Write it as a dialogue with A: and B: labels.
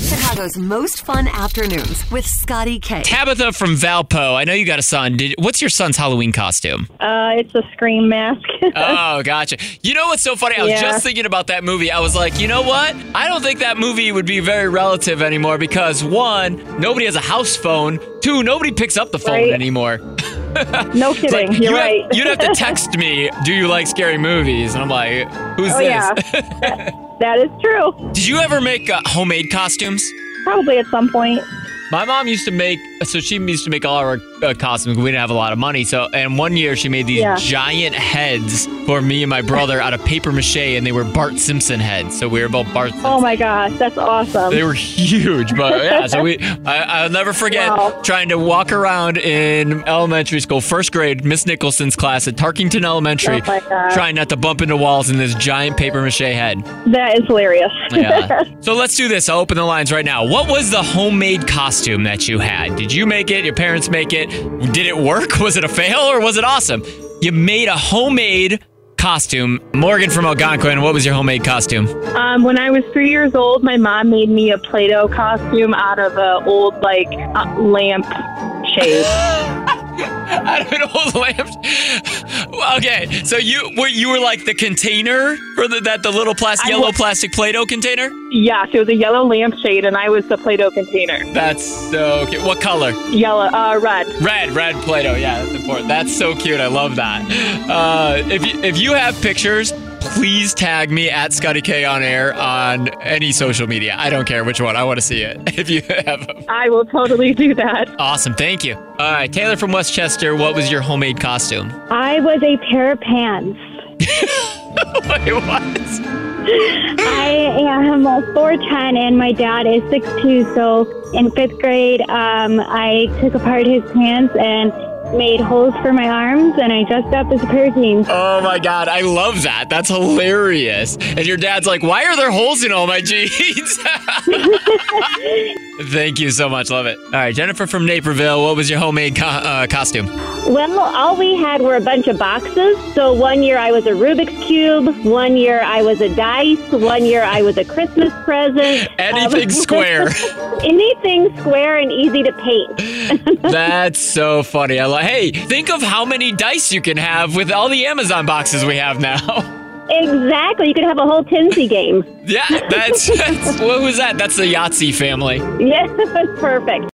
A: Chicago's most fun afternoons with Scotty K.
B: Tabitha from Valpo. I know you got a son. Did, what's your son's Halloween costume?
C: Uh, it's a scream mask.
B: Oh, gotcha. You know what's so funny? I was
C: Uh, Yeah.
B: just thinking about that movie. I was like, you know what? I don't think that movie would be very relative anymore because one, nobody has a house phone. Two, nobody picks up the phone
C: Right.
B: anymore.
C: no kidding.
B: Like,
C: You're
B: you
C: right.
B: Have, you'd have to text me, do you like scary movies? And I'm like, who's
C: oh
B: this?
C: yeah, that, that is true.
B: Did you ever make uh, homemade costumes?
C: Probably at some point.
B: My mom used to make, so she used to make all our uh, costumes. We didn't have a lot of money, so and one year she made these
C: Yeah.
B: giant heads for me and my brother out of paper mache, and they were Bart Simpson heads. So we were both Bart. Simpson.
C: Oh my gosh, that's awesome.
B: They were huge, but yeah. So we, I, I'll never forget
C: Wow.
B: trying to walk around in elementary school, first grade, Miss Nicholson's class at Tarkington Elementary,
C: Oh my gosh.
B: trying not to bump into walls in this giant paper mache head.
C: That is hilarious.
B: Yeah. so let's do this. I'll open the lines right now. What was the homemade costume that you had? Did you make it? Your parents make it? Did it work? Was it a fail or was it awesome? You made a homemade costume. Morgan from Algonquin, what was your homemade costume?
C: Um, when I was three years old, my mom made me a Play-Doh costume out of an old like uh, lamp shade.
B: Out of an old lamp. okay, so you were you were like the container for the, that the little plastic
C: I
B: yellow
C: was-
B: plastic Play-Doh container.
C: yeah, so it was a yellow lamp shade, and I was the Play-Doh container.
B: That's so cute. What color?
C: Yellow, uh, red.
B: Red, red Play-Doh. Yeah, that's important. That's so cute. I love that. Uh, if you, if you have pictures, please tag me at Scotty K on air on any social media. I don't care which one. I want to see it. If you have them.
C: I will totally do that.
B: Awesome. Thank you. All right, Taylor from Westchester. What was your homemade costume?
D: I was a pair of pants.
B: Wait, what?
D: I am 4'10 and my dad is 6'2. So in fifth grade, um, I took apart his pants and made holes for my arms and I dressed up as a pair of jeans.
B: Oh my God, I love that. That's hilarious. And your dad's like, why are there holes in all my jeans? Thank you so much. Love it. All right, Jennifer from Naperville. What was your homemade co- uh, costume?
D: Well, all we had were a bunch of boxes. So one year I was a Rubik's Cube, one year I was a dice, one year I was a Christmas present.
B: Anything
D: Um,
B: square.
D: Anything square and easy to paint.
B: That's so funny. I like. Hey, think of how many dice you can have with all the Amazon boxes we have now.
D: Exactly. You could have a whole Tinsy game.
B: yeah, that's, that's what was that? That's the Yahtzee family.
D: Yes, perfect.